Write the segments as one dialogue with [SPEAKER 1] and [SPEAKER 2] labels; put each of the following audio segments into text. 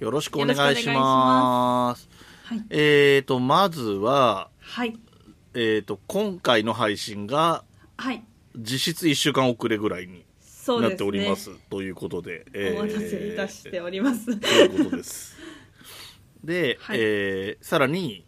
[SPEAKER 1] よろしくお
[SPEAKER 2] お
[SPEAKER 1] 願
[SPEAKER 2] 願
[SPEAKER 1] い
[SPEAKER 2] い
[SPEAKER 1] し
[SPEAKER 2] し
[SPEAKER 1] ます。
[SPEAKER 2] はい。
[SPEAKER 1] えーと、まずは、
[SPEAKER 2] はい。
[SPEAKER 1] えーと、今回の配信が
[SPEAKER 2] はい。
[SPEAKER 1] 実質1週間遅れぐらいに
[SPEAKER 2] そう
[SPEAKER 1] な
[SPEAKER 2] ですね。
[SPEAKER 1] っております。ということで、えー
[SPEAKER 2] お待たせいたしております。
[SPEAKER 1] ということです。で、
[SPEAKER 2] はい
[SPEAKER 1] えーさらに、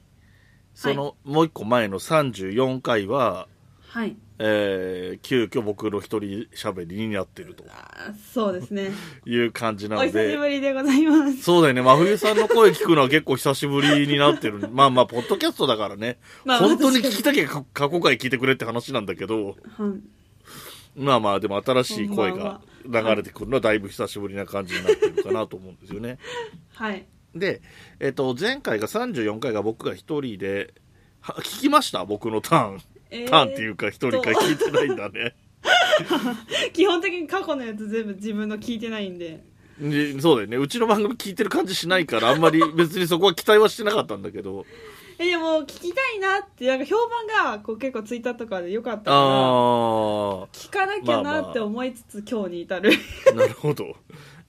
[SPEAKER 1] そのもう一個前の34回は、
[SPEAKER 2] はい。
[SPEAKER 1] えー急遽僕の一人喋りになってると
[SPEAKER 2] あーそうですね。
[SPEAKER 1] いう感じな
[SPEAKER 2] お
[SPEAKER 1] の
[SPEAKER 2] 久しぶ
[SPEAKER 1] で、
[SPEAKER 2] りでございます。
[SPEAKER 1] そうだよね、真冬さんの声聞くのは結構久しぶりになってる。 まあまあ、ポッドキャストだからね、
[SPEAKER 2] まあ
[SPEAKER 1] 本当に聞きたきゃ過過去回聞いてくれって話なんだけど、
[SPEAKER 2] はい。
[SPEAKER 1] まあまあ、でも新しい声
[SPEAKER 2] こんばん
[SPEAKER 1] が
[SPEAKER 2] は
[SPEAKER 1] 流れてくるのはだいぶ久しぶりな感じになってるかなと思うんですよね。
[SPEAKER 2] はい。
[SPEAKER 1] で、えっと、前回が34回が僕が一人で、は聞きました僕のターン。
[SPEAKER 2] え
[SPEAKER 1] ターンっていうか一人か聞いてないんだね。
[SPEAKER 2] 基本的に過去のやつ全部自分の聞いてないんで。
[SPEAKER 1] でそうだよね。うちの番組聞いてる感じしないから、あんまり別にそこは期待はしてなかったんだけ ど。
[SPEAKER 2] え、でも、聞きたいなって、なんか評判が、こう結構ツイッターとかで良かったから、
[SPEAKER 1] あ
[SPEAKER 2] 聞かなきゃなって思いつつ、今日に至る。
[SPEAKER 1] あ、 なるほど。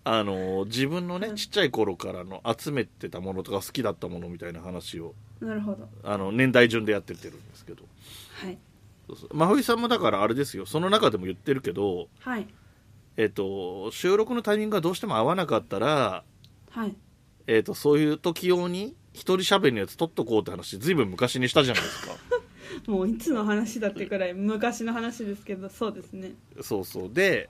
[SPEAKER 1] あの、自分のね、ちっちゃい頃からの集めてたものとか好きだったものみたいな話を、
[SPEAKER 2] なるほど。
[SPEAKER 1] あの、年代順でやってってるんですけど。
[SPEAKER 2] はい。
[SPEAKER 1] そうそう真冬さんもだからあれですよ。その中でも言ってるけど、
[SPEAKER 2] はい。
[SPEAKER 1] えっと、収録のタイミングがどうしても合わなかったら、
[SPEAKER 2] はい。
[SPEAKER 1] えっと、そういう時用に、一人喋りのやつ撮っとこうって話、ずいぶん昔にしたじゃないですか。
[SPEAKER 2] もういつの話だってくらい昔の話ですけどそうですね
[SPEAKER 1] そうそう。で、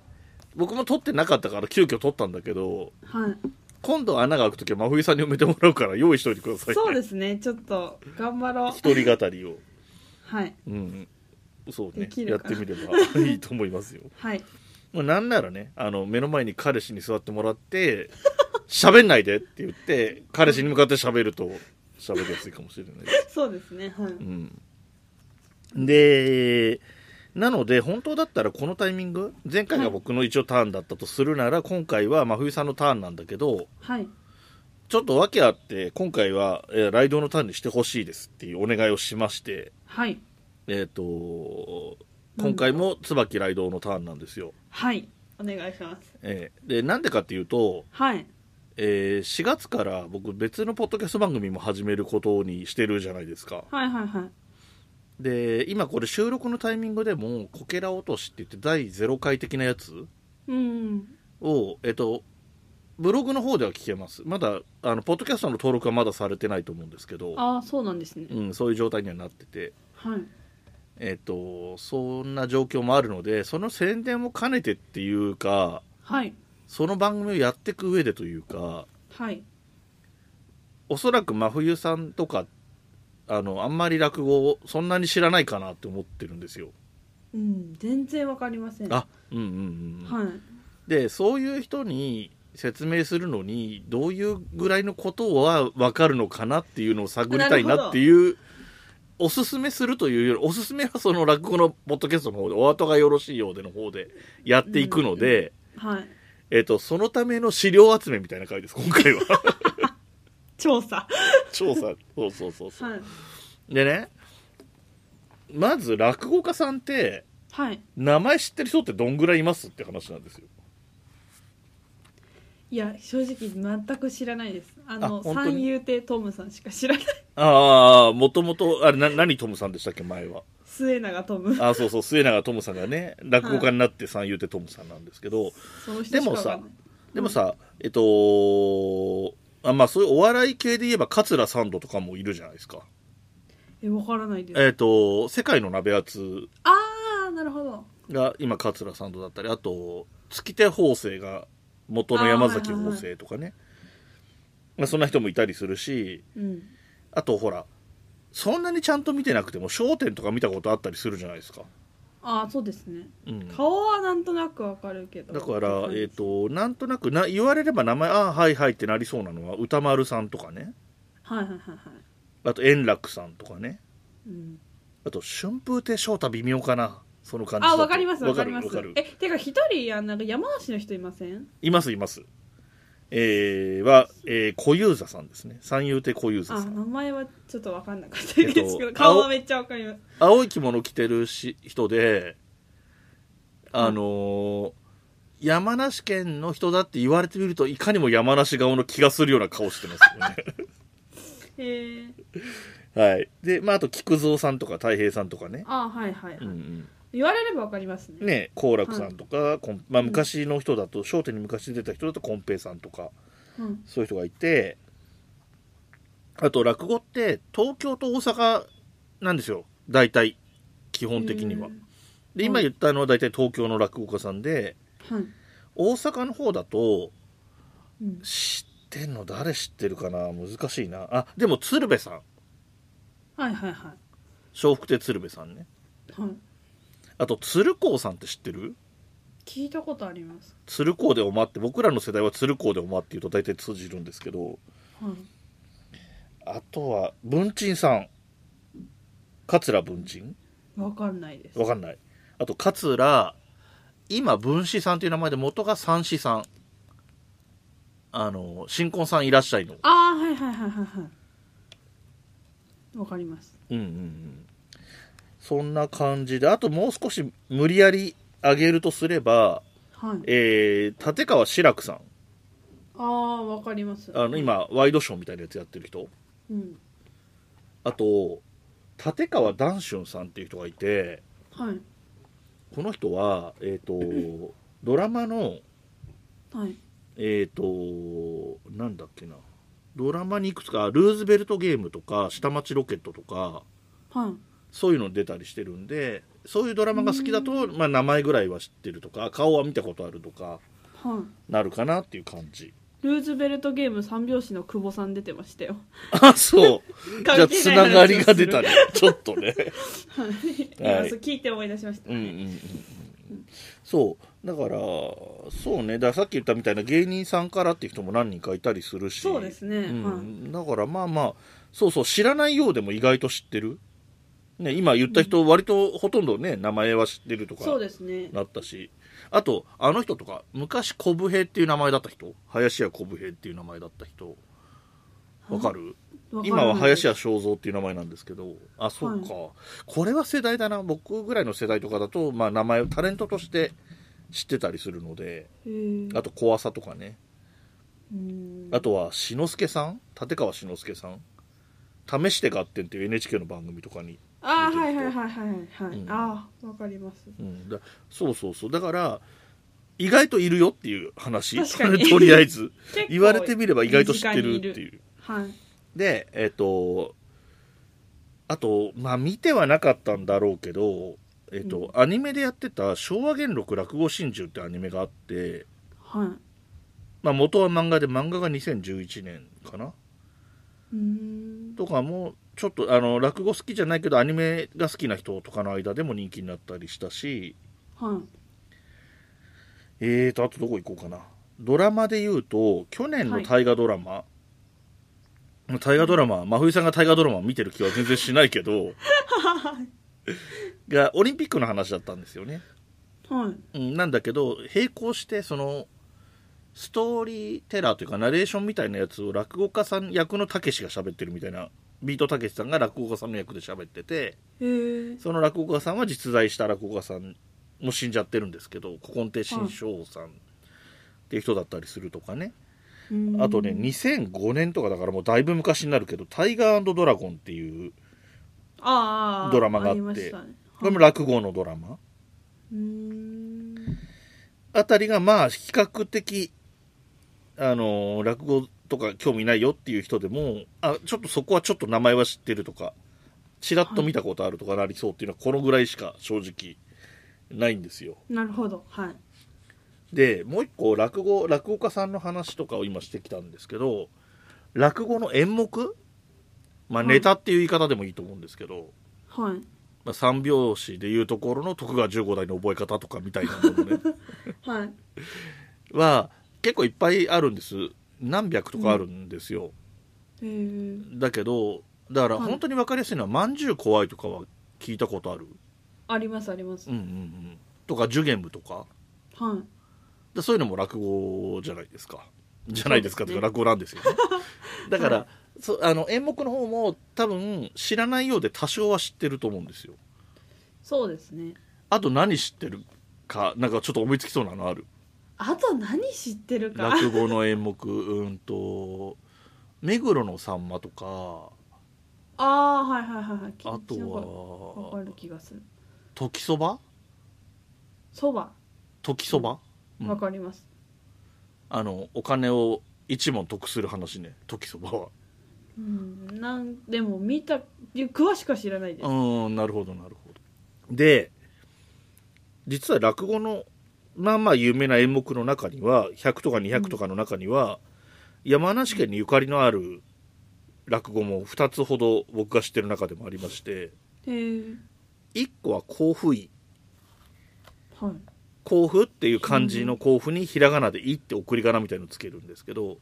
[SPEAKER 1] 僕も撮ってなかったから急遽撮ったんだけど、
[SPEAKER 2] はい
[SPEAKER 1] 今度穴が開く時は真冬さんに埋めてもらうから用意しといてください、ね。
[SPEAKER 2] そうですねちょっと頑張ろう
[SPEAKER 1] 一人語りを。
[SPEAKER 2] はい
[SPEAKER 1] うん。そうね
[SPEAKER 2] で。き
[SPEAKER 1] や
[SPEAKER 2] る
[SPEAKER 1] っ
[SPEAKER 2] か
[SPEAKER 1] てみれば いいと思いますよ。
[SPEAKER 2] はい
[SPEAKER 1] まあ、なんならね、あの、目の前に彼氏に座ってもらって、 喋んないでって言って、彼氏に向かって喋ると、喋りやすいかもしれないです。
[SPEAKER 2] そうですねはい、
[SPEAKER 1] うん。で、なので、本当だったらこのタイミング、前回が僕の一応ターンだったとするなら、今回は真冬さんのターンなんだけど、
[SPEAKER 2] はい
[SPEAKER 1] ちょっと訳あって、今回は、えーライドのターンにしてほしいですっていうお願いをしまして、
[SPEAKER 2] はい
[SPEAKER 1] えっ、と、今回も椿ライドのターンなんですよ。
[SPEAKER 2] はいお願いします
[SPEAKER 1] えーで、なんでかっていうと、
[SPEAKER 2] はい
[SPEAKER 1] えー4月から僕別のポッドキャスト番組も始めることにしてるじゃないですか。
[SPEAKER 2] はいはいはい
[SPEAKER 1] で、今これ収録のタイミングでも、こけら落としって言って第0回的なやつ
[SPEAKER 2] うん
[SPEAKER 1] を、えっ、と、ブログの方では聞けます。まだ、あの、ポッドキャストの登録はまだされてないと思うんですけど、
[SPEAKER 2] ああそうなんですね
[SPEAKER 1] うん、そういう状態にはなってて、
[SPEAKER 2] はい
[SPEAKER 1] えっ、と、そんな状況もあるので、その宣伝も兼ねてっていうか、
[SPEAKER 2] はい
[SPEAKER 1] その番組をやっていく上でというか、
[SPEAKER 2] はい
[SPEAKER 1] おそらく真冬さんとか、あの、あんまり落語をそんなに知らないかなって思ってるんですよ。
[SPEAKER 2] うん全然わかりません
[SPEAKER 1] あ、うんうんうん。
[SPEAKER 2] はい
[SPEAKER 1] で、そういう人に説明するのに、どういうぐらいのことはわかるのかなっていうのを探りたいなっていう、おすすめするというより、おすすめはその落語のポッドキャストの方で、お後がよろしいようでの方でやっていくので、
[SPEAKER 2] はい
[SPEAKER 1] えっと、そのための資料集めみたいな回です、今回 は。
[SPEAKER 2] 調査
[SPEAKER 1] 調査。そうそうそうそう。
[SPEAKER 2] はい
[SPEAKER 1] でね、まず落語家さんって、
[SPEAKER 2] はい
[SPEAKER 1] 名前知ってる人ってどんぐらいいますって話なんですよ。
[SPEAKER 2] いや正直全く知らないですあ
[SPEAKER 1] あ
[SPEAKER 2] の
[SPEAKER 1] 本当に
[SPEAKER 2] 三遊亭トムさんしか知ら ない
[SPEAKER 1] ああ、もともと、あれ、な、何トムさんでしたっけ、前は。
[SPEAKER 2] 末永トム
[SPEAKER 1] ああ、そうそう、末永トムさんがね、落語家になって三遊亭トムさんなんですけど、
[SPEAKER 2] その人しかわかん
[SPEAKER 1] でも
[SPEAKER 2] な
[SPEAKER 1] さ
[SPEAKER 2] い
[SPEAKER 1] でもさ、えっと、あまあ、そういうお笑い系で言えば、桂三度とかもいるじゃないですか。
[SPEAKER 2] えわからないです
[SPEAKER 1] えっと、世界の鍋厚
[SPEAKER 2] ああなるほど
[SPEAKER 1] が今、桂三度だったり、あと、月手法政が元の山崎法政とかね。まあ、そんな人もいたりするし、
[SPEAKER 2] うん
[SPEAKER 1] あとほら、そんなにちゃんと見てなくても、焦点とか見たことあったりするじゃないですか。
[SPEAKER 2] ああそうですね
[SPEAKER 1] うん、だか
[SPEAKER 2] 顔はなんとなくわかるけど
[SPEAKER 1] ら、えっ、
[SPEAKER 2] と
[SPEAKER 1] と、なんとなくな、言われれば名前、ああ、はいはいってなりそうなのは、歌丸さんとかね。
[SPEAKER 2] はいはいはいはい
[SPEAKER 1] あと円楽さんとかね
[SPEAKER 2] うん
[SPEAKER 1] あと春風亭昇太微妙かなその感じだ
[SPEAKER 2] あ
[SPEAKER 1] と
[SPEAKER 2] わかりますわかります
[SPEAKER 1] わかる
[SPEAKER 2] えてか一人あのなんか山梨の人いません
[SPEAKER 1] いますいますえー、は、えー、小遊三さんですね三遊亭小遊三
[SPEAKER 2] あ
[SPEAKER 1] さん
[SPEAKER 2] 名前はちょっとわかんなかったですけど、
[SPEAKER 1] えっと
[SPEAKER 2] 顔はめっちゃわかります
[SPEAKER 1] 青い着物着てるし人であのー山梨県の人だって言われてみるといかにも山梨顔の気がするような顔してますよね
[SPEAKER 2] へえ
[SPEAKER 1] はい。で、まあ、あと、菊蔵さんとか、太平さんとかね。
[SPEAKER 2] あはいはい、はい
[SPEAKER 1] うん
[SPEAKER 2] 言われればわかります
[SPEAKER 1] う
[SPEAKER 2] ね
[SPEAKER 1] ん。ね、好楽さんとか、こんまあ、昔の人だと、商店に昔出た人だと、こん平さんとか、
[SPEAKER 2] うん
[SPEAKER 1] そういう人がいて、あと、落語って、東京と大阪なんですよ。大体、基本的には
[SPEAKER 2] う。ん
[SPEAKER 1] で、今言ったのは大体東京の落語家さんで、
[SPEAKER 2] はい、
[SPEAKER 1] 大阪の方だと、
[SPEAKER 2] うん、
[SPEAKER 1] 知ってんの誰知ってるかな難しいな。あ、でも、鶴瓶さん。
[SPEAKER 2] はいはいは
[SPEAKER 1] 笑福亭鶴瓶さんね。
[SPEAKER 2] いはい
[SPEAKER 1] あと、鶴光さんって知ってる
[SPEAKER 2] 聞いたことあります
[SPEAKER 1] 鶴光でおまって僕らの世代は鶴光でおまっていうと大体通じるんですけど
[SPEAKER 2] はい
[SPEAKER 1] あとは文鎮さん桂文鎮
[SPEAKER 2] わかんないです
[SPEAKER 1] わかんないあと桂今文子さんという名前で元が三子さんあの新婚さんいらっしゃいの
[SPEAKER 2] ああはいはいはいはいはいわかります
[SPEAKER 1] うんうんうんそんな感じであともう少し無理やり上げるとすれば
[SPEAKER 2] はい
[SPEAKER 1] えー、立川志らくさん
[SPEAKER 2] ああわかります
[SPEAKER 1] あの今ワイドショーみたいなやつやってる人
[SPEAKER 2] うん
[SPEAKER 1] あと立川談春さんっていう人がいて
[SPEAKER 2] はい
[SPEAKER 1] この人は、えー、とドラマの
[SPEAKER 2] はい
[SPEAKER 1] えっ、となんだっけなドラマにいくつかルーズベルトゲームとか下町ロケットとか
[SPEAKER 2] はい
[SPEAKER 1] そういうの出たりしてるんでそういうドラマが好きだと、まあ、名前ぐらいは知ってるとか顔は見たことあるとか
[SPEAKER 2] は
[SPEAKER 1] なるかなっていう感 じ
[SPEAKER 2] いルーズベルトゲーム三拍子の久保さん出てましたよ
[SPEAKER 1] あそう じゃ
[SPEAKER 2] 関
[SPEAKER 1] あ
[SPEAKER 2] 係
[SPEAKER 1] つ
[SPEAKER 2] い話を
[SPEAKER 1] な
[SPEAKER 2] する
[SPEAKER 1] がりが出たねちょっとね
[SPEAKER 2] はい
[SPEAKER 1] はい
[SPEAKER 2] 今そう聞いて思い出しました、
[SPEAKER 1] うんうんうんうんそうだからそうねだからさっき言ったみたいな芸人さんからっていう人も何人かいたりするし
[SPEAKER 2] そうですね、
[SPEAKER 1] うん
[SPEAKER 2] はい
[SPEAKER 1] だからまあまあそうそう知らないようでも意外と知ってる、ね、今言った人割とほとんどね名前は知ってるとか
[SPEAKER 2] そうですね
[SPEAKER 1] なったしあとあの人とか昔小武平っていう名前だった人林家小武平っていう名前だった人わかる
[SPEAKER 2] わから
[SPEAKER 1] 今
[SPEAKER 2] ない
[SPEAKER 1] は林家正蔵っていう名前なんですけどあそうか、これは世代だな僕ぐらいの世代とかだと、まあ、名前をタレントとして知ってたりするので
[SPEAKER 2] へー
[SPEAKER 1] あと怖さとかね
[SPEAKER 2] うん
[SPEAKER 1] あとは志の輔さん立川志の輔さん「試して合点」っていう NHK の番組とかに、
[SPEAKER 2] あー
[SPEAKER 1] 見
[SPEAKER 2] は
[SPEAKER 1] てる
[SPEAKER 2] い
[SPEAKER 1] 人
[SPEAKER 2] はいはいはいはい、
[SPEAKER 1] うん
[SPEAKER 2] ああわかります
[SPEAKER 1] うん、だそうそうそうだから意外といるよっていう話
[SPEAKER 2] 確かに
[SPEAKER 1] とりあえず
[SPEAKER 2] 結構
[SPEAKER 1] 言われ てみれば意外と知ってるって
[SPEAKER 2] 身近に
[SPEAKER 1] いう
[SPEAKER 2] はい
[SPEAKER 1] でえっ、とあとまあ見てはなかったんだろうけどえっ、と、アニメでやってた「昭和元禄落語心中」ってアニメがあって、
[SPEAKER 2] はい
[SPEAKER 1] まあ、元は漫画で漫画が2011年かな
[SPEAKER 2] うーん
[SPEAKER 1] とかもちょっとあの落語好きじゃないけどアニメが好きな人とかの間でも人気になったりしたし
[SPEAKER 2] はい
[SPEAKER 1] えーとあとどこ行こうかなドラマで言うと去年の大河ドラマ、大河ドラマ真冬さんが大河ドラマを見てる気は全然しないけどがオリンピックの話だったんですよね、
[SPEAKER 2] はい
[SPEAKER 1] うん、なんだけど並行してそのストーリーテラーというかナレーションみたいなやつを落語家さん役のたけしが喋ってるみたいなビートたけしさんが落語家さんの役で喋ってて、
[SPEAKER 2] へー
[SPEAKER 1] その落語家さんは実在した落語家さんも死んじゃってるんですけど古今亭新章さんっていう人だったりするとか
[SPEAKER 2] う
[SPEAKER 1] ね、
[SPEAKER 2] ん
[SPEAKER 1] あとね2005年とかだからもうだいぶ昔になるけど「タイガードラゴン」っていう
[SPEAKER 2] あーあー
[SPEAKER 1] ドラマがあって
[SPEAKER 2] りましたね
[SPEAKER 1] これも落語のドラマ
[SPEAKER 2] うーん
[SPEAKER 1] あたりがまあ比較的あのー落語とか興味ないよっていう人でもあちょっとそこはちょっと名前は知ってるとかちらっと見たことあるとかなりそうっていうのはこのぐらいしか正直ないんですよ。
[SPEAKER 2] なるほどはい
[SPEAKER 1] でもう一個落語落語家さんの話とかを今してきたんですけど落語の演目、まあ、
[SPEAKER 2] はい
[SPEAKER 1] ネタっていう言い方でもいいと思うんですけど、
[SPEAKER 2] はい
[SPEAKER 1] まあ、三拍子でいうところの徳川十五代の覚え方とかみたいなも のね
[SPEAKER 2] はい
[SPEAKER 1] は結構いっぱいあるんです何百とかあるんですよ、
[SPEAKER 2] へえ
[SPEAKER 1] だけどだから
[SPEAKER 2] はい
[SPEAKER 1] 本当に分かりやすいのは「まんじゅう怖い」とかは聞いたことある、
[SPEAKER 2] ありますあります、
[SPEAKER 1] うんうんうん、とか「ジュゲム」とか
[SPEAKER 2] はい
[SPEAKER 1] でそういうのも落語じゃないですかじゃないですかという
[SPEAKER 2] そ
[SPEAKER 1] か落語なんですよね だから、そあの演目の方も多分知らないようで多少は知ってると思うんですよ
[SPEAKER 2] そうですね
[SPEAKER 1] あと何知ってるかなんかちょっと思いつきそうなのある
[SPEAKER 2] あと何知ってるか
[SPEAKER 1] 落語の演目うんと「目黒のさんま」とか
[SPEAKER 2] ああはいはいはいはい
[SPEAKER 1] あと
[SPEAKER 2] わか
[SPEAKER 1] は
[SPEAKER 2] る気がする
[SPEAKER 1] 「時そば」
[SPEAKER 2] そば
[SPEAKER 1] 「時そば」うん
[SPEAKER 2] わかります、
[SPEAKER 1] あのお金を一問得する話ね時そばは
[SPEAKER 2] うんなんでも見たいや詳しくは知らないです
[SPEAKER 1] う、ーんなるほどなるほどで実は落語のまあまあ有名な演目の中には100とか200とかの中には、山梨県にゆかりのある落語も2つほど僕が知ってる中でもありまして
[SPEAKER 2] へえ
[SPEAKER 1] 1個は甲府井
[SPEAKER 2] はい
[SPEAKER 1] 甲府っていう漢字の甲府にひらがなで「い」って送り仮名みたいのつけるんですけど、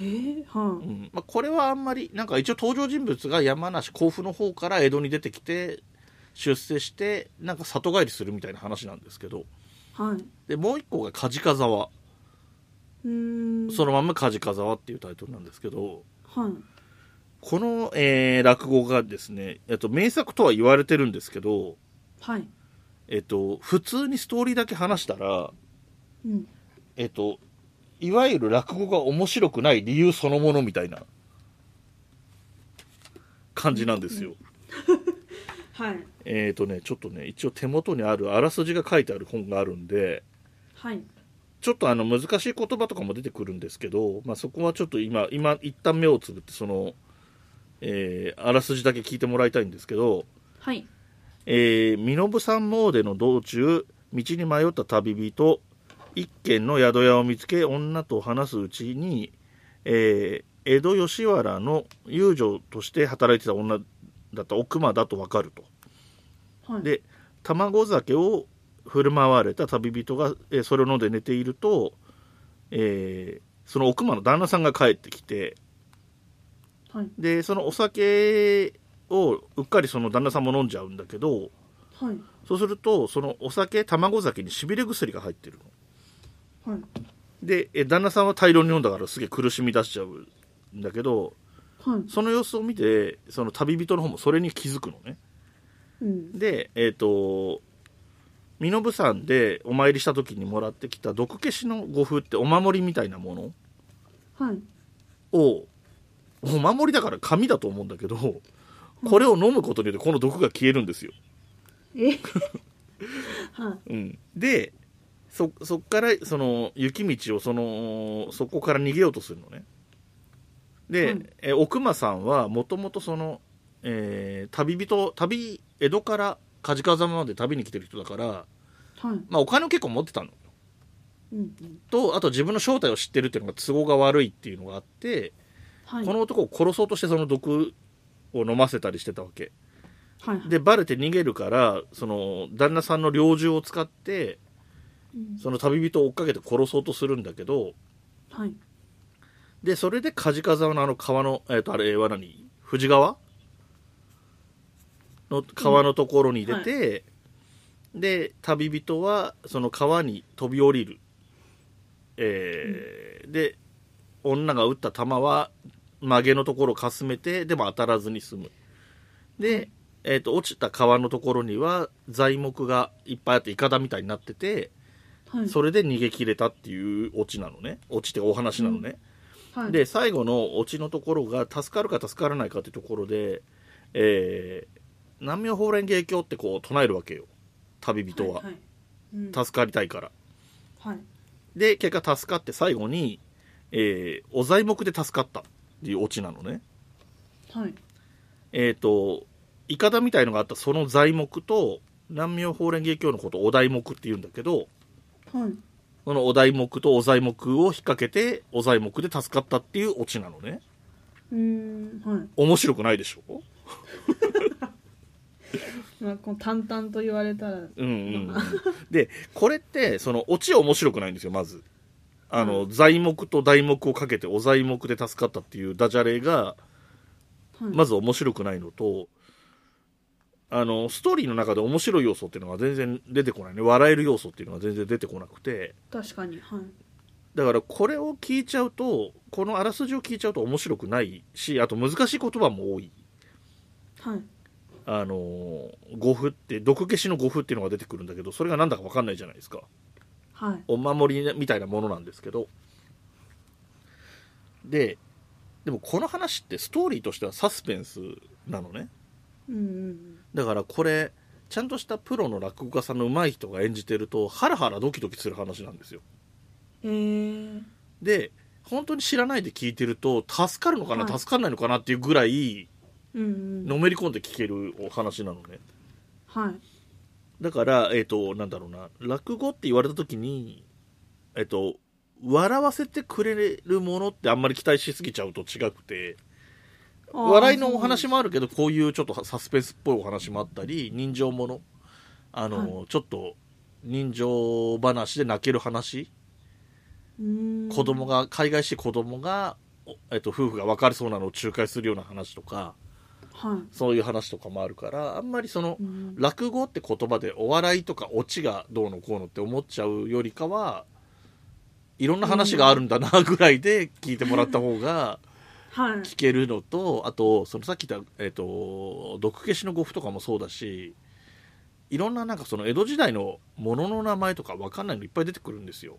[SPEAKER 2] へえは
[SPEAKER 1] う
[SPEAKER 2] い
[SPEAKER 1] んまあ、これはあんまりなんか一応登場人物が山梨甲府の方から江戸に出てきて出世してなんか里帰りするみたいな話なんですけど
[SPEAKER 2] はい
[SPEAKER 1] でもう一個が「梶かざわ
[SPEAKER 2] うー」ん
[SPEAKER 1] そのまんま「梶かざわ」っていうタイトルなんですけど
[SPEAKER 2] はい
[SPEAKER 1] この、えー落語がですね、えっと、名作とは言われてるんですけど、
[SPEAKER 2] はい
[SPEAKER 1] えっと、普通にストーリーだけ話したら、
[SPEAKER 2] うん
[SPEAKER 1] えっと、いわゆる落語が面白くない理由そのものみたいな感じなんですよ。
[SPEAKER 2] はい
[SPEAKER 1] えーとね、ちょっとね、一応手元にあるあらすじが書いてある本があるんで、
[SPEAKER 2] はい
[SPEAKER 1] ちょっとあの難しい言葉とかも出てくるんですけど、まあ、そこはちょっと今、今、一旦目をつぶって、その、えーあらすじだけ聞いてもらいたいんですけど、
[SPEAKER 2] はい
[SPEAKER 1] えー、身延山詣の道中道に迷った旅人一軒の宿屋を見つけ女と話すうちに、えー江戸吉原の遊女として働いてた女だった奥間だとわかると
[SPEAKER 2] はい
[SPEAKER 1] で卵酒を振る舞われた旅人が、えーそれを飲んで寝ていると、えーその奥間の旦那さんが帰ってきて
[SPEAKER 2] はい
[SPEAKER 1] でそのお酒をうっかりその旦那さんも飲んじゃうんだけど、
[SPEAKER 2] はい
[SPEAKER 1] そうすると、そのお酒、卵酒にしびれ薬が入ってるの。
[SPEAKER 2] はい
[SPEAKER 1] で、え旦那さんは大量に飲んだからすげえ苦しみ出しちゃうんだけど、
[SPEAKER 2] はい
[SPEAKER 1] その様子を見て、その旅人の方もそれに気づくのね。
[SPEAKER 2] うん
[SPEAKER 1] で、えっ、と、身延山でお参りした時にもらってきた毒消しの護符ってお守りみたいなもの
[SPEAKER 2] はい
[SPEAKER 1] を、お守りだから紙だと思うんだけど、これを飲むことによってこの毒が消えるんですよ。
[SPEAKER 2] え はい
[SPEAKER 1] うん、でそそっからその雪道をそのそこから逃げようとするのねで、
[SPEAKER 2] うん
[SPEAKER 1] え奥間さんはもともとその、えー旅人旅江戸から梶川まで旅に来てる人だから、
[SPEAKER 2] はい
[SPEAKER 1] まあ、お金を結構持ってたの
[SPEAKER 2] うんうん
[SPEAKER 1] とあと自分の正体を知ってるっていうのが都合が悪いっていうのがあって、
[SPEAKER 2] はい
[SPEAKER 1] この男を殺そうとしてその毒を飲ませたりしてたわけ
[SPEAKER 2] はいはい
[SPEAKER 1] でバレて逃げるからその旦那さんの猟銃を使って
[SPEAKER 2] うん
[SPEAKER 1] その旅人を追っかけて殺そうとするんだけど、
[SPEAKER 2] はい
[SPEAKER 1] で、それで梶川のあの川の、えっ、と、あれは何富士川の川のところに出て、で、旅人はその川に飛び降りる。えーで、女が撃った弾は曲げのところをかすめて、でも当たらずに済む。
[SPEAKER 2] は
[SPEAKER 1] で
[SPEAKER 2] い、
[SPEAKER 1] えっ、と、落ちた川のところには材木がいっぱいあって、イカダみたいになってて、
[SPEAKER 2] はい
[SPEAKER 1] それで逃げ切れたっていうオチなのね。オチってお話なのね。
[SPEAKER 2] はい
[SPEAKER 1] で、最後のオチのところが、助かるか助からないかってところで、えー、南無法蓮華経ってこう唱えるわけよ。旅人は。
[SPEAKER 2] いいうん
[SPEAKER 1] 助かりたいから。
[SPEAKER 2] はい
[SPEAKER 1] で、結果助かって最後に、えー、お材木で助かったっていうオチなのね。
[SPEAKER 2] はい
[SPEAKER 1] えっ、と、イカダみたいのがあったその材木と、南無法蓮華経のことをお題目って言うんだけど、
[SPEAKER 2] はい
[SPEAKER 1] そのお題目とお材木を引っ掛けて、お材木で助かったっていうオチなのね。
[SPEAKER 2] うーんはい
[SPEAKER 1] 面白くないでしょ
[SPEAKER 2] まあこう淡々と言われたら
[SPEAKER 1] うんうんうん。で、これって、そのオチは面白くないんですよ、まず。あの、材木と題目をかけてお材木で助かったっていうダジャレが、
[SPEAKER 2] はい
[SPEAKER 1] まず面白くないのとあのストーリーの中で面白い要素っていうのが全然出てこないね笑える要素っていうのが全然出てこなくて
[SPEAKER 2] 確かにはい
[SPEAKER 1] だからこれを聞いちゃうとこのあらすじを聞いちゃうと面白くないしあと難しい言葉も多い
[SPEAKER 2] はい
[SPEAKER 1] あの語符って毒消しの語符っていうのが出てくるんだけどそれが何だか分かんないじゃないですか
[SPEAKER 2] はい
[SPEAKER 1] お守りみたいなものなんですけどででもこの話ってストーリーとしてはサスペンスなのね
[SPEAKER 2] うんうん
[SPEAKER 1] だからこれちゃんとしたプロの落語家さんの上手い人が演じてるとハラハラドキドキする話なんですよ
[SPEAKER 2] うんえー、
[SPEAKER 1] で本当に知らないで聞いてると助かるのかな、
[SPEAKER 2] はい
[SPEAKER 1] 助かんないのかなっていうぐらい
[SPEAKER 2] うんうん
[SPEAKER 1] のめり込んで聞けるお話なのね
[SPEAKER 2] はい
[SPEAKER 1] だからえっ、となんだろうな落語って言われた時にえっ、と笑わせてくれるものってあんまり期待しすぎちゃうと違くて
[SPEAKER 2] あー
[SPEAKER 1] 笑いのお話もあるけどこういうちょっとサスペンスっぽいお話もあったり人情ものあの、ちょっと人情話で泣ける話
[SPEAKER 2] うん
[SPEAKER 1] 子供が海外して子供が、おえっと、夫婦が別れそうなのを仲介するような話とか
[SPEAKER 2] は
[SPEAKER 1] そういう話とかもあるからあんまりその
[SPEAKER 2] い、うん、
[SPEAKER 1] 落語って言葉でお笑いとかオチがどうのこうのって思っちゃうよりかはいろんな話があるんだなぐらいで聞いてもらった方が
[SPEAKER 2] はい
[SPEAKER 1] 聞けるのとあとそのさっき言った、えっと毒消しの語符とかもそうだしいろんななんかその江戸時代のものの名前とかわかんないのいっぱい出てくるんですよ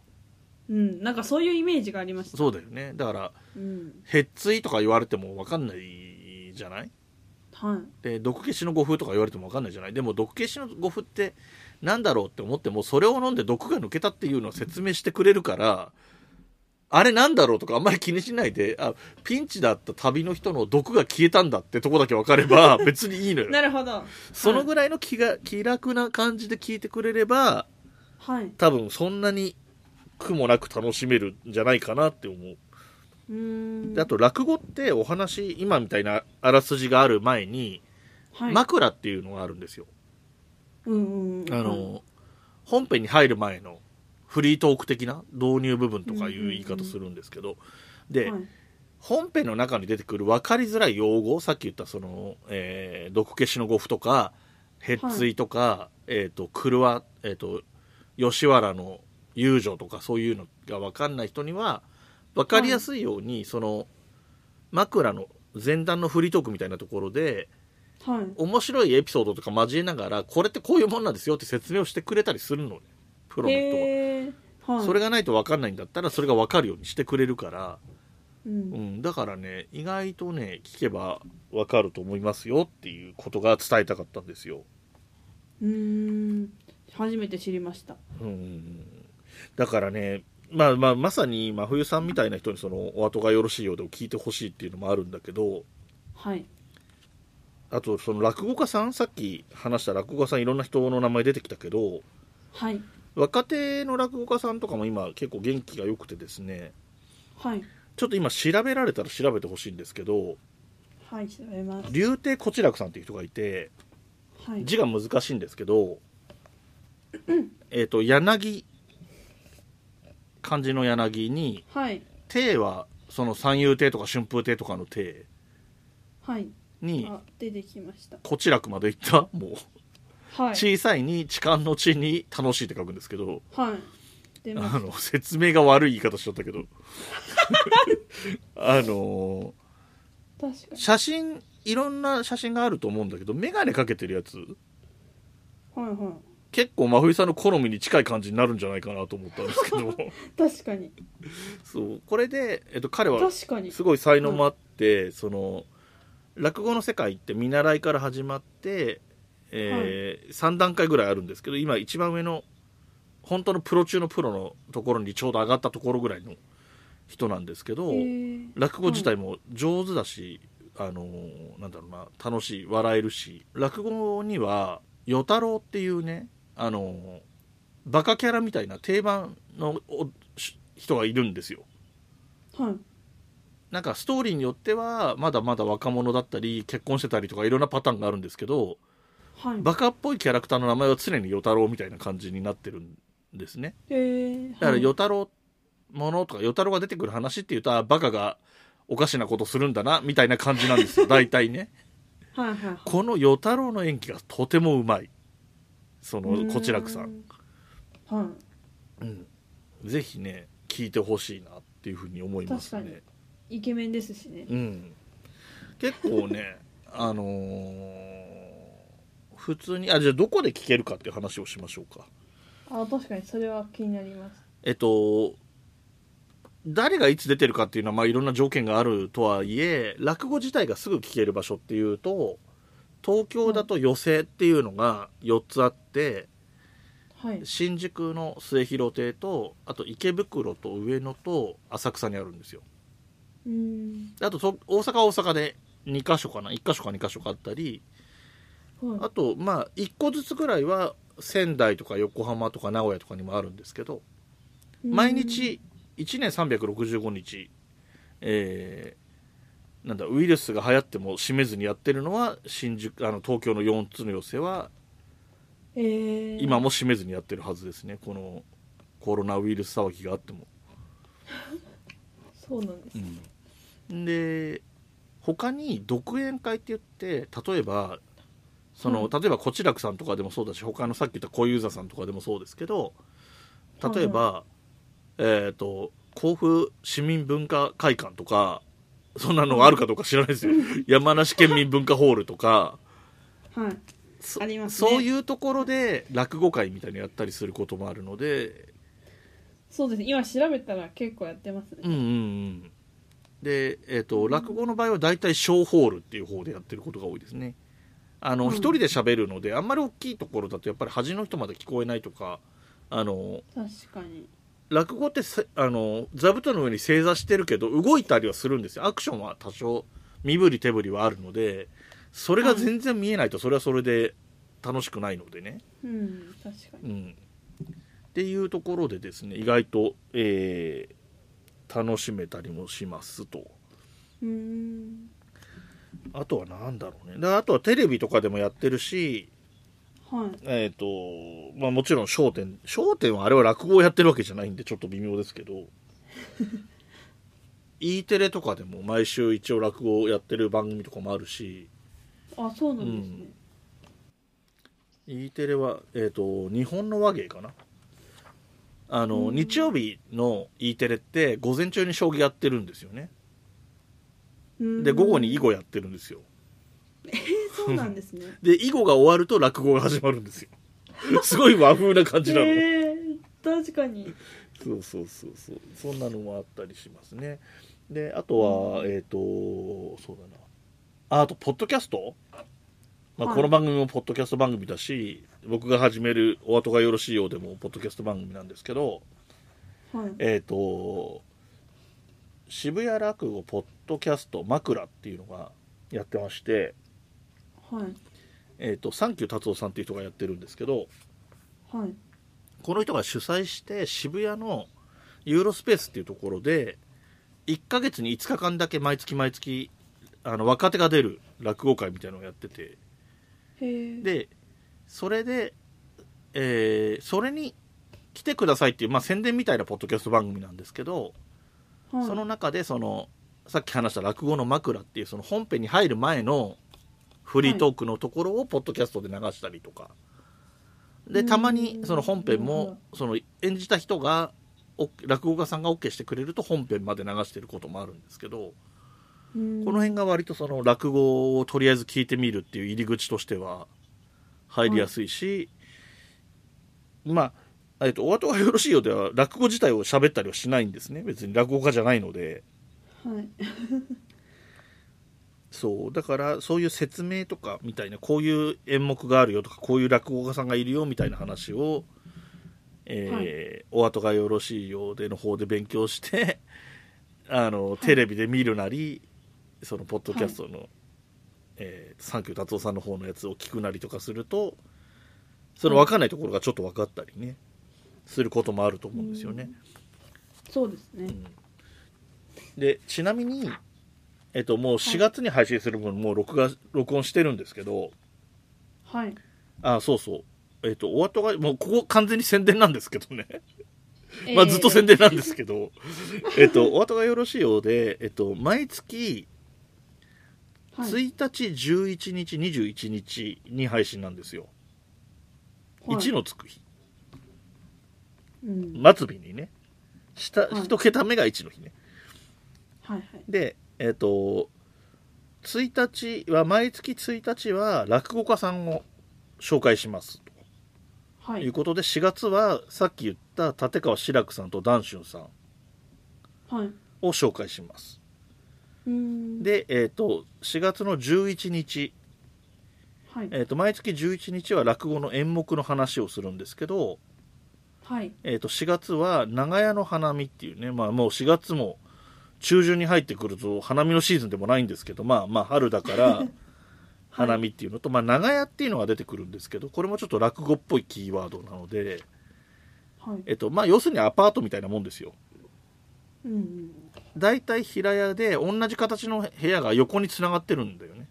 [SPEAKER 2] うんなんかそういうイメージがありました
[SPEAKER 1] そうだよねだから
[SPEAKER 2] うん
[SPEAKER 1] へっついとか言われてもわかんないじゃない
[SPEAKER 2] はい
[SPEAKER 1] で毒消しの語符とか言われても分かんないじゃないでも毒消しの語符ってなんだろうって思ってもそれを飲んで毒が抜けたっていうのを説明してくれるからあれなんだろうとかあんまり気にしないであピンチだった旅の人の毒が消えたんだってとこだけ分かれば 別にいいのよ
[SPEAKER 2] なるほど
[SPEAKER 1] そのぐらいの気が気楽な感じで聞いてくれれば
[SPEAKER 2] はい
[SPEAKER 1] 多分そんなに苦もなく楽しめるんじゃないかなって思う
[SPEAKER 2] うーん
[SPEAKER 1] であと落語ってお話今みたいなあらすじがある前に
[SPEAKER 2] はい、
[SPEAKER 1] 枕っていうのがあるんですよ
[SPEAKER 2] うんうんうん
[SPEAKER 1] あの、本編に入る前のフリートーク的な導入部分とかいう言い方するんですけど、で、
[SPEAKER 2] はい
[SPEAKER 1] 本編の中に出てくる分かりづらい用語さっき言ったその、えー毒消しの語符とかへっついとか、えっ、と狂わえっ、と吉原の遊女とかそういうのが分かんない人には分かりやすいように、その枕の前段のフリートークみたいなところで
[SPEAKER 2] はい
[SPEAKER 1] 面白いエピソードとか交えながらこれってこういうもんなんですよって説明をしてくれたりするのねプロの人は。
[SPEAKER 2] へえはい、
[SPEAKER 1] それがないと分かんないんだったらそれが分かるようにしてくれるから、
[SPEAKER 2] う、
[SPEAKER 1] うんん、だからね意外とね聞けば分かると思いますよっていうことが伝えたかったんですよ。
[SPEAKER 2] うーん初めて知りました
[SPEAKER 1] うんうんうんだからね、まあまあ、まさに真冬さんみたいな人にそのお後がよろしいようでを聞いてほしいっていうのもあるんだけど
[SPEAKER 2] はい
[SPEAKER 1] あとその落語家さんさっき話した落語家さんいろんな人の名前出てきたけど、
[SPEAKER 2] はい
[SPEAKER 1] 若手の落語家さんとかも今結構元気が良くてですね
[SPEAKER 2] はい
[SPEAKER 1] ちょっと今調べられたら調べてほしいんですけど
[SPEAKER 2] はい調べます
[SPEAKER 1] 竜亭こちらくさんっていう人がいて
[SPEAKER 2] はい
[SPEAKER 1] 字が難しいんですけどえっと柳漢字の柳に
[SPEAKER 2] はい
[SPEAKER 1] 亭はその三遊亭とか春風亭とかの亭
[SPEAKER 2] はい
[SPEAKER 1] に
[SPEAKER 2] あ出てきました
[SPEAKER 1] こちらくまで行ったもう
[SPEAKER 2] はい
[SPEAKER 1] 小さいに痴漢の地に楽しいって書くんですけど
[SPEAKER 2] はい出ます
[SPEAKER 1] あの説明が悪い言い方しちゃったけど あのー
[SPEAKER 2] 確か
[SPEAKER 1] 写真いろんな写真があると思うんだけど眼鏡かけてるやつ
[SPEAKER 2] にはいは
[SPEAKER 1] 結構真冬さんの好みに近い感じになるんじゃないかなと思ったんですけ ど
[SPEAKER 2] い確かに
[SPEAKER 1] そうこれで、えっと、彼は
[SPEAKER 2] 確かに
[SPEAKER 1] すごい才能もあって、その落語の世界って見習いから始まって、え3段階ぐらいあるんですけど今一番上の本当のプロ中のプロのところにちょうど上がったところぐらいの人なんですけど。
[SPEAKER 2] へー
[SPEAKER 1] 落語自体も上手だし、あのなんだろうな楽しい笑えるし落語には与太郎っていうね、あのバカキャラみたいな定番のおし人がいるんですよ
[SPEAKER 2] はい
[SPEAKER 1] なんかストーリーによってはまだまだ若者だったり結婚してたりとかいろんなパターンがあるんですけど
[SPEAKER 2] はい
[SPEAKER 1] バカっぽいキャラクターの名前は常に与太郎みたいな感じになってるんですね
[SPEAKER 2] へえ
[SPEAKER 1] だから
[SPEAKER 2] はい
[SPEAKER 1] 与太郎ものとか与太郎が出てくる話っていうとあバカがおかしなことするんだなみたいな感じなんですよ大体ね
[SPEAKER 2] はいはいはい
[SPEAKER 1] この与太郎の演技がとてもうまいそのこちらくさん
[SPEAKER 2] はい
[SPEAKER 1] うん、ぜひね聞いてほしいなっていうふうに思います
[SPEAKER 2] 確
[SPEAKER 1] ね、
[SPEAKER 2] イケメンですしね
[SPEAKER 1] うん、結構ねあのー普通にあじゃあどこで聞けるかっていう話をしましょうか
[SPEAKER 2] あ確かにそれは気になります
[SPEAKER 1] えっと誰がいつ出てるかっていうのは、まあ、いろんな条件があるとはいえ落語自体がすぐ聞ける場所っていうと東京だと寄席っていうのが4つあって、
[SPEAKER 2] はい
[SPEAKER 1] 新宿の末広亭とあと池袋と上野と浅草にあるんですよ
[SPEAKER 2] うん
[SPEAKER 1] であとと大阪は大阪で2か所かな1か所か2か所かあったり
[SPEAKER 2] はい
[SPEAKER 1] あとまあ1個ずつぐらいは仙台とか横浜とか名古屋とかにもあるんですけど毎日1年365日えーなんだウイルスが流行っても閉めずにやってるのは新宿あの東京の4つの寄せは
[SPEAKER 2] うんえー
[SPEAKER 1] 今も閉めずにやってるはずですねこのコロナウイルス騒ぎがあっても
[SPEAKER 2] そうなんですね
[SPEAKER 1] で他に独演会って言って例えばその、
[SPEAKER 2] うん
[SPEAKER 1] 例えばこちらくさんとかでもそうだし他のさっき言った小遊三さんとかでもそうですけど例えば、えっ、と甲府市民文化会館とかそんなのがあるかどうか知らない ですよ山梨県民文化ホールとか
[SPEAKER 2] はい
[SPEAKER 1] そ
[SPEAKER 2] ありますね
[SPEAKER 1] そういうところで落語会みたいなのやったりすることもあるので
[SPEAKER 2] そうですね今調べたら結構やってますね
[SPEAKER 1] うんうんうんで、えっと落語の場合は大体小ホールっていう方でやってることが多いですねあ
[SPEAKER 2] う
[SPEAKER 1] の
[SPEAKER 2] ん
[SPEAKER 1] 一、人で喋るのであんまり大きいところだとやっぱり端の人まで聞こえないとかあの
[SPEAKER 2] 確かに
[SPEAKER 1] 落語ってせあの座布団の上に正座してるけど動いたりはするんですよアクションは多少身振り手振りはあるのでそれが全然見えないとそれはそれで楽しくないのでね、
[SPEAKER 2] うん確か
[SPEAKER 1] う
[SPEAKER 2] に
[SPEAKER 1] ん、っていうところでですね意外と、えー楽しめたりもしますと。
[SPEAKER 2] うん
[SPEAKER 1] あとはなんだろうね。であとはテレビとかでもやってるし、
[SPEAKER 2] はい
[SPEAKER 1] えっ、と、まあもちろん焦点、焦点はあれは落語をやってるわけじゃないんでちょっと微妙で すけど、E テレとかでも毎週一応落語をやってる番組とかもあるし、
[SPEAKER 2] あそうなんですね
[SPEAKER 1] E テレは、えっ、と、日本の和芸かな。あの、
[SPEAKER 2] うん
[SPEAKER 1] 日曜日の E テレって午前中に将棋やってるんですよね。
[SPEAKER 2] うん
[SPEAKER 1] で、午後に囲碁やってるんですよ。
[SPEAKER 2] えそうなんです ね
[SPEAKER 1] で、囲碁が終わると落語が始まるんですよ。 すごい和風な感
[SPEAKER 2] え
[SPEAKER 1] じなの。
[SPEAKER 2] ー、確かに
[SPEAKER 1] そうそうそうそうそんなのもあったりしますねであとはえっ、とそうだなああとポッドキャスト、まあ
[SPEAKER 2] はい
[SPEAKER 1] この番組もポッドキャスト番組だし僕が始める「お後がよろしいよう」でもポッドキャスト番組なんですけど
[SPEAKER 2] はい
[SPEAKER 1] えっ、と渋谷落語ポッドキャスト枕っていうのがやってまして、
[SPEAKER 2] はい
[SPEAKER 1] えー、とサンキュー達夫さんっていう人がやってるんですけど
[SPEAKER 2] はい
[SPEAKER 1] この人が主催して渋谷のユーロスペースっていうところで1ヶ月に5日間だけ毎月毎月あの若手が出る落語会みたいなのをやってて
[SPEAKER 2] へー
[SPEAKER 1] でそれで、えーそれに来てくださいっていう、まあ、宣伝みたいなポッドキャスト番組なんですけど、
[SPEAKER 2] はい、
[SPEAKER 1] その中でそのさっき話した落語の枕っていうその本編に入る前のフリートークのところをポッドキャストで流したりとか、でたまにその本編もその演じた人がお落語家さんが OK してくれると本編まで流してることもあるんですけど
[SPEAKER 2] うん
[SPEAKER 1] この辺が割とその落語をとりあえず聞いてみるっていう入り口としては入りやすいし、まあ、えっと、お後がよろしいようでは落語自体を喋ったりはしないんですね別に落語家じゃないので。
[SPEAKER 2] はい
[SPEAKER 1] そうだからそういう説明とかみたいなこういう演目があるよとかこういう落語家さんがいるよみたいな話を、えーお後がよろしいようでの方で勉強して あの、テレビで見るなりそのポッドキャストの、えーサンキュー達夫さんの方のやつを聞くなりとかするとその分かんないところがちょっと分かったりねすることもあると思うんですよね。
[SPEAKER 2] そうですね、
[SPEAKER 1] でちなみに、えっと、もう4月に配信する分、もう録画録音してるんですけど
[SPEAKER 2] はい
[SPEAKER 1] あそうそうえっとお後がもうここ完全に宣伝なんですけどねまあ、ずっと宣
[SPEAKER 3] 伝
[SPEAKER 1] 伝なんですけど、 えっと、お後がよろしいようで、えっと、毎月
[SPEAKER 2] はい
[SPEAKER 1] 1日、11日、21日に配信なんですよ。
[SPEAKER 2] はい
[SPEAKER 1] 1のつく日。
[SPEAKER 2] うん、
[SPEAKER 1] 末尾にね。下、
[SPEAKER 2] はい
[SPEAKER 1] 一桁目が1の日ね。
[SPEAKER 2] はいはい
[SPEAKER 1] で、えっと、1日は、毎月1日は落語家さんを紹介します。
[SPEAKER 2] は
[SPEAKER 1] と
[SPEAKER 2] い
[SPEAKER 1] いうことで、4月はさっき言った立川志らくさんと談春さん
[SPEAKER 2] はい
[SPEAKER 1] を紹介します。
[SPEAKER 2] うん
[SPEAKER 1] で、えー、と4月の11日、
[SPEAKER 2] はい
[SPEAKER 1] えー、と毎月11日は落語の演目の話をするんですけど、
[SPEAKER 2] はい
[SPEAKER 1] えー、と4月は長屋の花見っていうね、まあ、もう4月も中旬に入ってくると花見のシーズンでもないんですけど、まあ、まあ春だから花見っていうのと、まあ、長屋っていうのが出てくるんですけどこれもちょっと落語っぽいキーワードなので、
[SPEAKER 2] はい
[SPEAKER 1] えーとまあ、要するにアパートみたいなもんですよ。
[SPEAKER 2] うんうん
[SPEAKER 1] だいたい平屋で同じ形の部屋が横につながってるんだよね。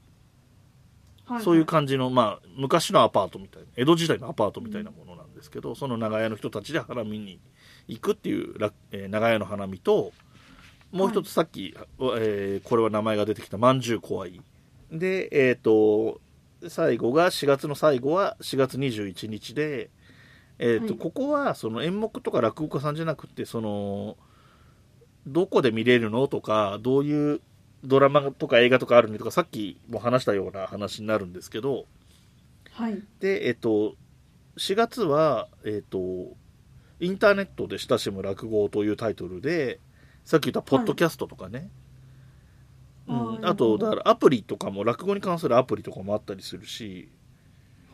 [SPEAKER 2] は
[SPEAKER 1] そういう感じの、まあ、昔のアパートみたいな、江戸時代のアパートみたいなものなんですけど、その長屋の人たちで花見に行くっていう、らえー長屋の花見と、もう一つさっき、えーこれは名前が出てきた、まんじゅう怖い。で、えっ、と、最後が、4月の最後は4月21日で、えっ、
[SPEAKER 2] は
[SPEAKER 1] と、
[SPEAKER 2] い
[SPEAKER 1] ここは、その演目とか落語家さんじゃなくて、その、どこで見れるのとか、どういうドラマとか映画とかあるねとか、さっきも話したような話になるんですけど、
[SPEAKER 2] はい
[SPEAKER 1] で、えっと、4月は、えっと、インターネットで親しむ落語というタイトルで、さっき言ったポッドキャストとかね、
[SPEAKER 2] はい
[SPEAKER 1] うん、
[SPEAKER 2] あー
[SPEAKER 1] あと、
[SPEAKER 2] なるほ
[SPEAKER 1] だ
[SPEAKER 2] ど
[SPEAKER 1] からアプリとかも、落語に関するアプリとかもあったりするし、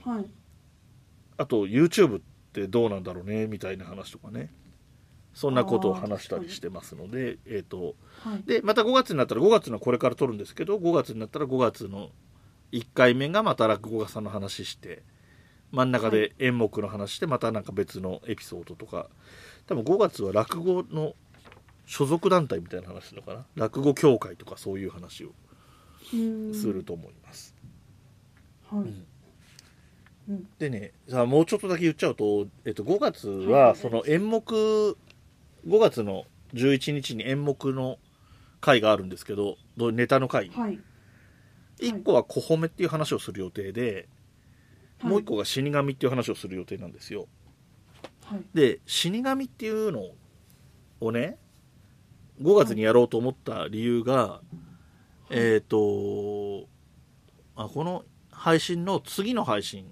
[SPEAKER 2] はい
[SPEAKER 1] あと YouTube ってどうなんだろうね、みたいな話とかね、そんなことを話したりしてますので、えっと、
[SPEAKER 2] はい
[SPEAKER 1] で、また5月になったら、5月のこれから撮るんですけど、5月になったら5月の1回目がまた落語家さんの話して、真ん中
[SPEAKER 2] は
[SPEAKER 1] で演目の話して、またなんか別のエピソードとか、多分5月は落語の所属団体みたいな話なのかな。落語協会とかそういう話を
[SPEAKER 2] うん
[SPEAKER 1] すると思います。
[SPEAKER 2] はいうん
[SPEAKER 1] でね、さあもうちょっとだけ言っちゃうと、えっと、5月はその演目、5月の11日に演目の会があるんですけど、どうネタの会。
[SPEAKER 2] はい
[SPEAKER 1] 1個は小褒めっていう話をする予定で、
[SPEAKER 2] はい
[SPEAKER 1] もう1個が死神っていう話をする予定なんですよ
[SPEAKER 2] はい
[SPEAKER 1] で死神っていうのをね5月にやろうと思った理由が、えっ、とあこの配信の次の配信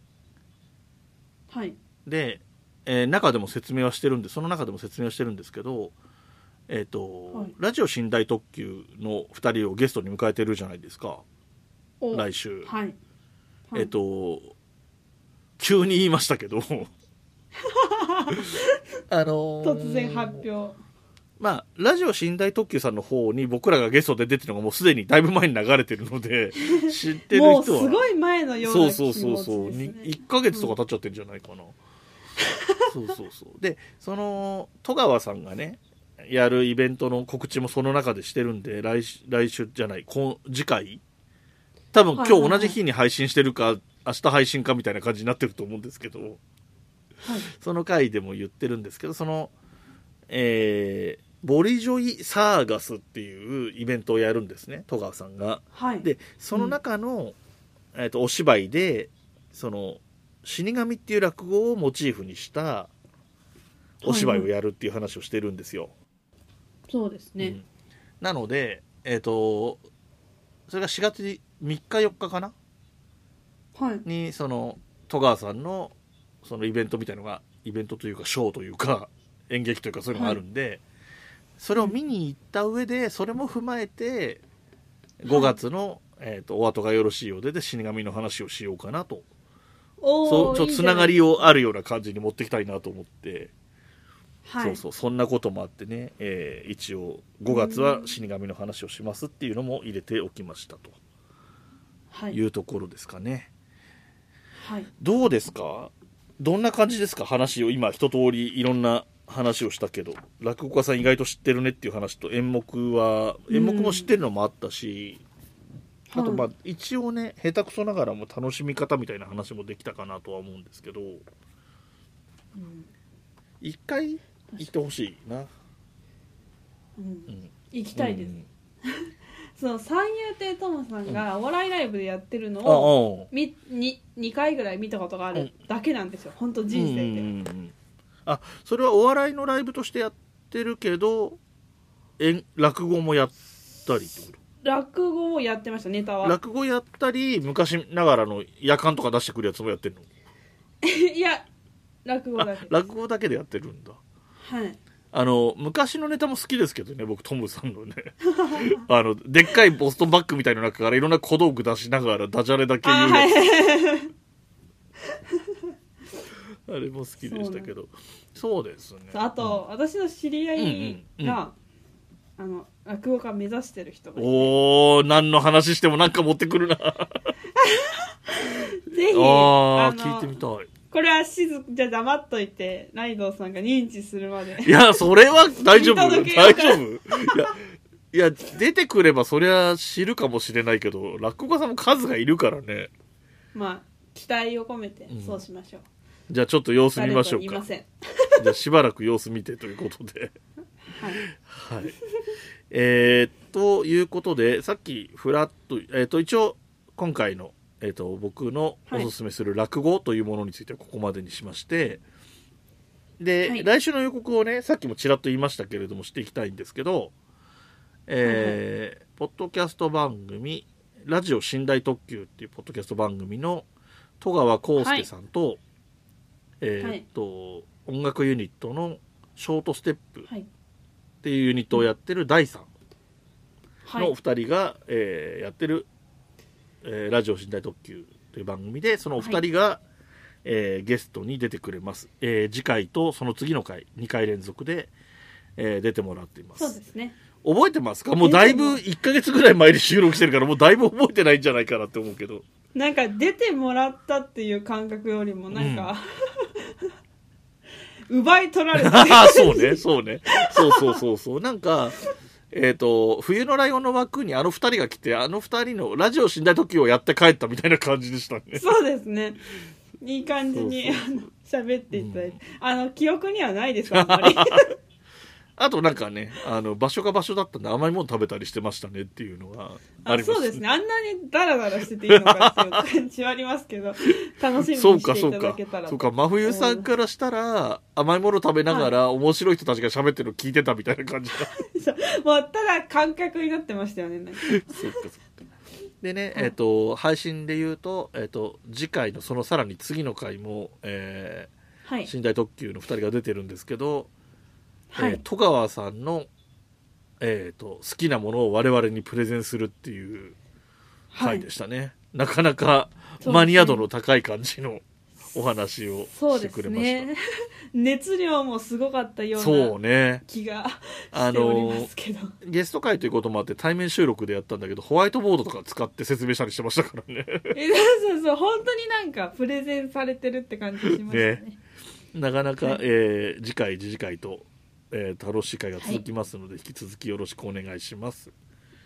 [SPEAKER 2] はい
[SPEAKER 1] で、えー中でも説明はしてるんでその中でも説明はしてるんですけどえっ、と、
[SPEAKER 2] はい
[SPEAKER 1] ラジオ寝台特急の2人をゲストに迎えてるじゃないですか
[SPEAKER 2] お
[SPEAKER 1] 来週、
[SPEAKER 2] はいはい
[SPEAKER 1] えっと、急に言いました けど、あのー
[SPEAKER 2] 突然発表は
[SPEAKER 1] まあ、ラジオ寝台特急さんの方に僕らがゲストで出てるのがもうすでにだいぶ前に流れてるので、知ってる人は。
[SPEAKER 2] もうすごい前のよう
[SPEAKER 1] そ
[SPEAKER 2] な
[SPEAKER 1] う
[SPEAKER 2] 気
[SPEAKER 1] そ
[SPEAKER 2] 持
[SPEAKER 1] う
[SPEAKER 2] ち
[SPEAKER 1] そうそう、
[SPEAKER 2] です
[SPEAKER 1] に
[SPEAKER 2] ね
[SPEAKER 1] 1ヶ月とか経っちゃってるんじゃないかな。 そうそうそう。で、その、戸川さんがね、やるイベントの告知もその中でしてるんで、来週、来週じゃない、今次回多分今
[SPEAKER 2] はいはい
[SPEAKER 1] 日
[SPEAKER 2] は
[SPEAKER 1] 同
[SPEAKER 2] い
[SPEAKER 1] じ日に配信してるか、明日配信かみたいな感じになってると思うんですけど、
[SPEAKER 2] はい
[SPEAKER 1] その回でも言ってるんですけど、その、えー、ボリジョイサーガスっていうイベントをやるんですね、戸川さんが。
[SPEAKER 2] はい
[SPEAKER 1] でその中の、えー、とお芝居でその死神っていう落語をモチーフにしたお芝居をやるっていう話をしてるんですよ。
[SPEAKER 2] そうです
[SPEAKER 1] う
[SPEAKER 2] ね
[SPEAKER 1] んなので、えー、とそれが4月3日4日かな
[SPEAKER 2] はい
[SPEAKER 1] にその戸川さんのそのイベントみたいのがイベントというかショーというか演劇というかそういうのがあるんで、それを見に行った上でそれも踏まえて5月の、えーと「お後がよろしいようで」で死神の話をしようかなと
[SPEAKER 2] おー
[SPEAKER 1] そうちょっ
[SPEAKER 2] い
[SPEAKER 1] と
[SPEAKER 2] いじ
[SPEAKER 1] つ
[SPEAKER 2] ゃ
[SPEAKER 1] ないがりをあるような感じに持ってきたいなと思って、
[SPEAKER 2] はい
[SPEAKER 1] そうそうそんなこともあってね、えー一応5月は死神の話をしますっていうのも入れておきましたと
[SPEAKER 2] はいいう
[SPEAKER 1] ところですかね。
[SPEAKER 2] はい
[SPEAKER 1] どうですかどんな感じですか話を今一通りいろんな話をしたけど落語家さん意外と知ってるねっていう話と演目は
[SPEAKER 2] うん
[SPEAKER 1] 演目も知ってるのもあったし、あとまあ
[SPEAKER 2] は
[SPEAKER 1] 一応ね下手くそながらも楽しみ方みたいな話もできたかなとは思うんですけど
[SPEAKER 2] いうん
[SPEAKER 1] 一回行ってほしいな、
[SPEAKER 2] うん
[SPEAKER 1] うん、
[SPEAKER 2] 行きたいです、
[SPEAKER 1] うん
[SPEAKER 2] その三遊亭ともさんがお笑いライブでやってるの
[SPEAKER 1] ああ
[SPEAKER 2] をみに2回ぐらい見たことがあるだけなんですよ本当人
[SPEAKER 1] うんうん
[SPEAKER 2] 生で
[SPEAKER 1] うんあそれはお笑いのライブとしてやってるけど演落語もやったりってこと
[SPEAKER 2] 落語をやってましたネタは
[SPEAKER 1] 落語やったり昔ながらの夜間とか出してくるやつもやってる の
[SPEAKER 2] いや落語だ
[SPEAKER 1] あ
[SPEAKER 2] け
[SPEAKER 1] 落語だけでやってるんだ
[SPEAKER 2] はい
[SPEAKER 1] あの昔のネタも好きですけどね僕トムさん のねあのでっかいボストンバッグみたいな中からいろんな小道具出しながらダジャレだけ言
[SPEAKER 2] あ
[SPEAKER 1] う
[SPEAKER 2] は
[SPEAKER 1] やつ
[SPEAKER 2] い
[SPEAKER 1] あれも好きでしたけどそうですね
[SPEAKER 2] あと、私の知り合いが、あの落語家目指してる人
[SPEAKER 1] う
[SPEAKER 2] が
[SPEAKER 1] ん
[SPEAKER 2] いて
[SPEAKER 1] おー何の話してもなんか持って くるなあ
[SPEAKER 2] ぜひ
[SPEAKER 1] ー
[SPEAKER 2] あの
[SPEAKER 1] 聞いてみたい
[SPEAKER 2] これはしずじゃあ黙っといてライドウさんが認知するまで
[SPEAKER 1] いや、それは大
[SPEAKER 2] 見
[SPEAKER 1] 丈夫。大
[SPEAKER 2] 届けようか
[SPEAKER 1] 丈夫。いや、いや、出てくればそりゃ知るかもしれないけど、落語家さんも数がいるからね。
[SPEAKER 2] まあ期待を込めて
[SPEAKER 1] うん
[SPEAKER 2] そうしましょう、
[SPEAKER 1] じゃあちょっと様子見
[SPEAKER 2] 誰
[SPEAKER 1] ましょ
[SPEAKER 2] と
[SPEAKER 1] う
[SPEAKER 2] 言い
[SPEAKER 1] か
[SPEAKER 2] ま。せん
[SPEAKER 1] じゃあしばらく様子見てということで。
[SPEAKER 2] はい
[SPEAKER 1] はい。えー、ということで、さっきフラッと、えっ、と、一応、今回の、えっ、と、僕のおすすめする落語というものについてはここまでにしまして、で、
[SPEAKER 2] はい
[SPEAKER 1] 来週の予告をね、さっきもちらっと言いましたけれども、していきたいんですけど、えーポッドキャスト番組、ラジオ寝台特急っていうポッドキャスト番組の戸川康介さんと、えーっと、音楽ユニットのショートステップ
[SPEAKER 2] はい
[SPEAKER 1] っていうユニットをやってる第3
[SPEAKER 2] は
[SPEAKER 1] のお
[SPEAKER 2] い
[SPEAKER 1] 二人が、えーやってる、えーラジオ寝台特急という番組でそのお二人が、えーゲストに出てくれます、えー次回とその次の回2回連続で、えー出てもらっていま
[SPEAKER 2] そう
[SPEAKER 1] す
[SPEAKER 2] ですね
[SPEAKER 1] 覚えてますかもうだいぶ1ヶ月ぐらい前に収録してるからもうだいぶ覚えてないんじゃないかなって思うけ ど
[SPEAKER 2] なんか出てもらったっていう感覚よりもなんか、 奪い取られた
[SPEAKER 1] ああ、そうね、そうね。そうそうそうそう。なんか、えっ、と、冬のライオンの枠にあの二人が来て、あの二人のラジオ死んだ時をやって帰ったみたいな感じでしたね。
[SPEAKER 2] そうですねいい感じに
[SPEAKER 1] そ
[SPEAKER 2] あの喋っていただいて、あの記憶にはないですあんまり
[SPEAKER 1] あとなんかね、あの、場所が場所だったんで甘いもの食べたりしてましたねっていうのがあ
[SPEAKER 2] あ
[SPEAKER 1] ります
[SPEAKER 2] そうですねあんなにダラダラしてていいのかっていう感じはあります けど楽しみに
[SPEAKER 1] そうか
[SPEAKER 2] してい
[SPEAKER 1] そ
[SPEAKER 2] うただ
[SPEAKER 1] か
[SPEAKER 2] けたら
[SPEAKER 1] そうか真冬さんからしたら甘いもの食べながら面白い人たちが喋ってるの聞いてたみたい な感じが
[SPEAKER 2] そうもうただ感覚になってましたよねなんか
[SPEAKER 1] そっかそっか。でね、えっ、と、配信で言うと、えっ、と、次回のそのさらに次の回も、え
[SPEAKER 2] は
[SPEAKER 1] ー
[SPEAKER 2] い
[SPEAKER 1] 寝台特急の2人が出てるんですけど、
[SPEAKER 2] は
[SPEAKER 1] えー
[SPEAKER 2] い、
[SPEAKER 1] 戸川さんの、えー、と好きなものを我々にプレゼンするっていう
[SPEAKER 2] は
[SPEAKER 1] 回
[SPEAKER 2] い
[SPEAKER 1] で、したね、なかなか
[SPEAKER 2] すね
[SPEAKER 1] マニア度の高い感じのお話を
[SPEAKER 2] そう
[SPEAKER 1] して
[SPEAKER 2] です
[SPEAKER 1] くれました
[SPEAKER 2] ね熱量もすごかったよ
[SPEAKER 1] そう
[SPEAKER 2] うな
[SPEAKER 1] ね
[SPEAKER 2] 気が
[SPEAKER 1] あ
[SPEAKER 2] して
[SPEAKER 1] の
[SPEAKER 2] おりますけど、
[SPEAKER 1] ゲスト会ということもあって対面収録でやったんだけどホワイトボードとか使って説明したりしてましたから ね
[SPEAKER 2] えそうそうそう本当になんかプレゼンされてるって感じしましたね
[SPEAKER 1] ねなかなか、
[SPEAKER 2] はい
[SPEAKER 1] えー次回次次回と、えー楽しい会が続きますので、引き続きよろしくお願いします。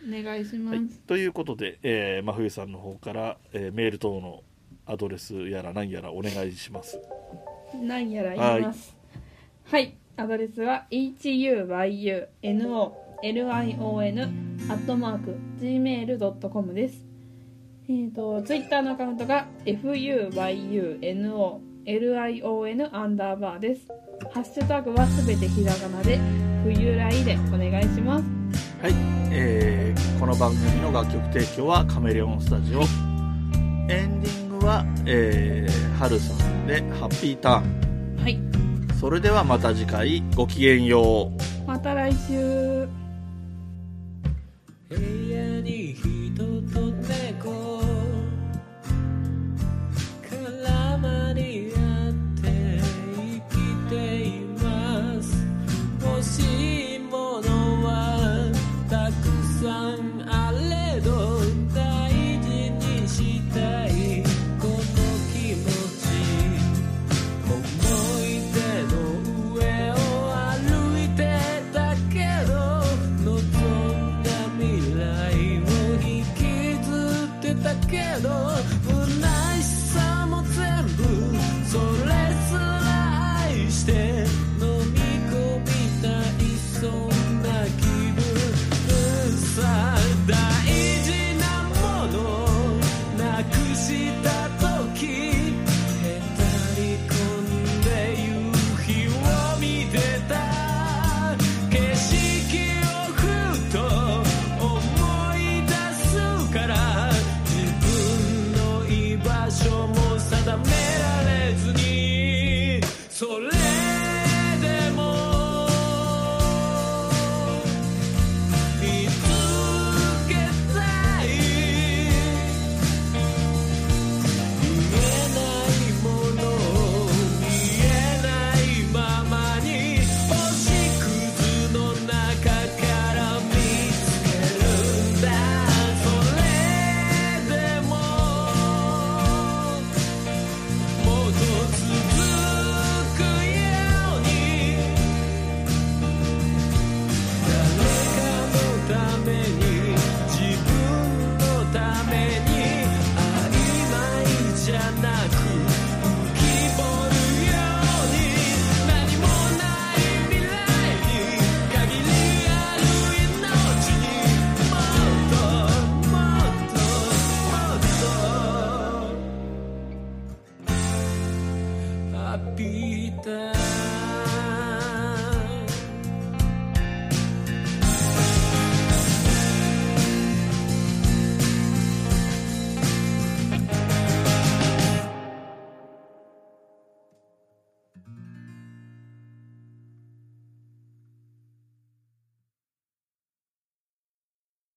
[SPEAKER 2] お願いしま
[SPEAKER 1] は
[SPEAKER 2] す、
[SPEAKER 1] い、ということで、えー、真冬さんの方から、えーメール等のアドレスやら何やらお願いします。
[SPEAKER 2] なんやら言いますはい、アドレスは huyunonlion アットマーク gmail.com ですえー、とツイッターのアカウントが fuyunolion アンダーバーですハッシュタグはすべてひらがなで冬来でお願いします
[SPEAKER 1] はい、えーこの番組の楽曲提供はカメレオンスタジオ。エンディングは、えー、はるさんでハッピーターン。
[SPEAKER 2] はい
[SPEAKER 1] それではまた次回ごきげんよう。
[SPEAKER 2] また来週
[SPEAKER 3] 部屋に人と猫絡まり合って生きています欲しいものはたくさんあれど大事にしたいこの気持ち思い出の上を歩いてたけど望んだ未来を引きずってたけど不悔しさも全部それ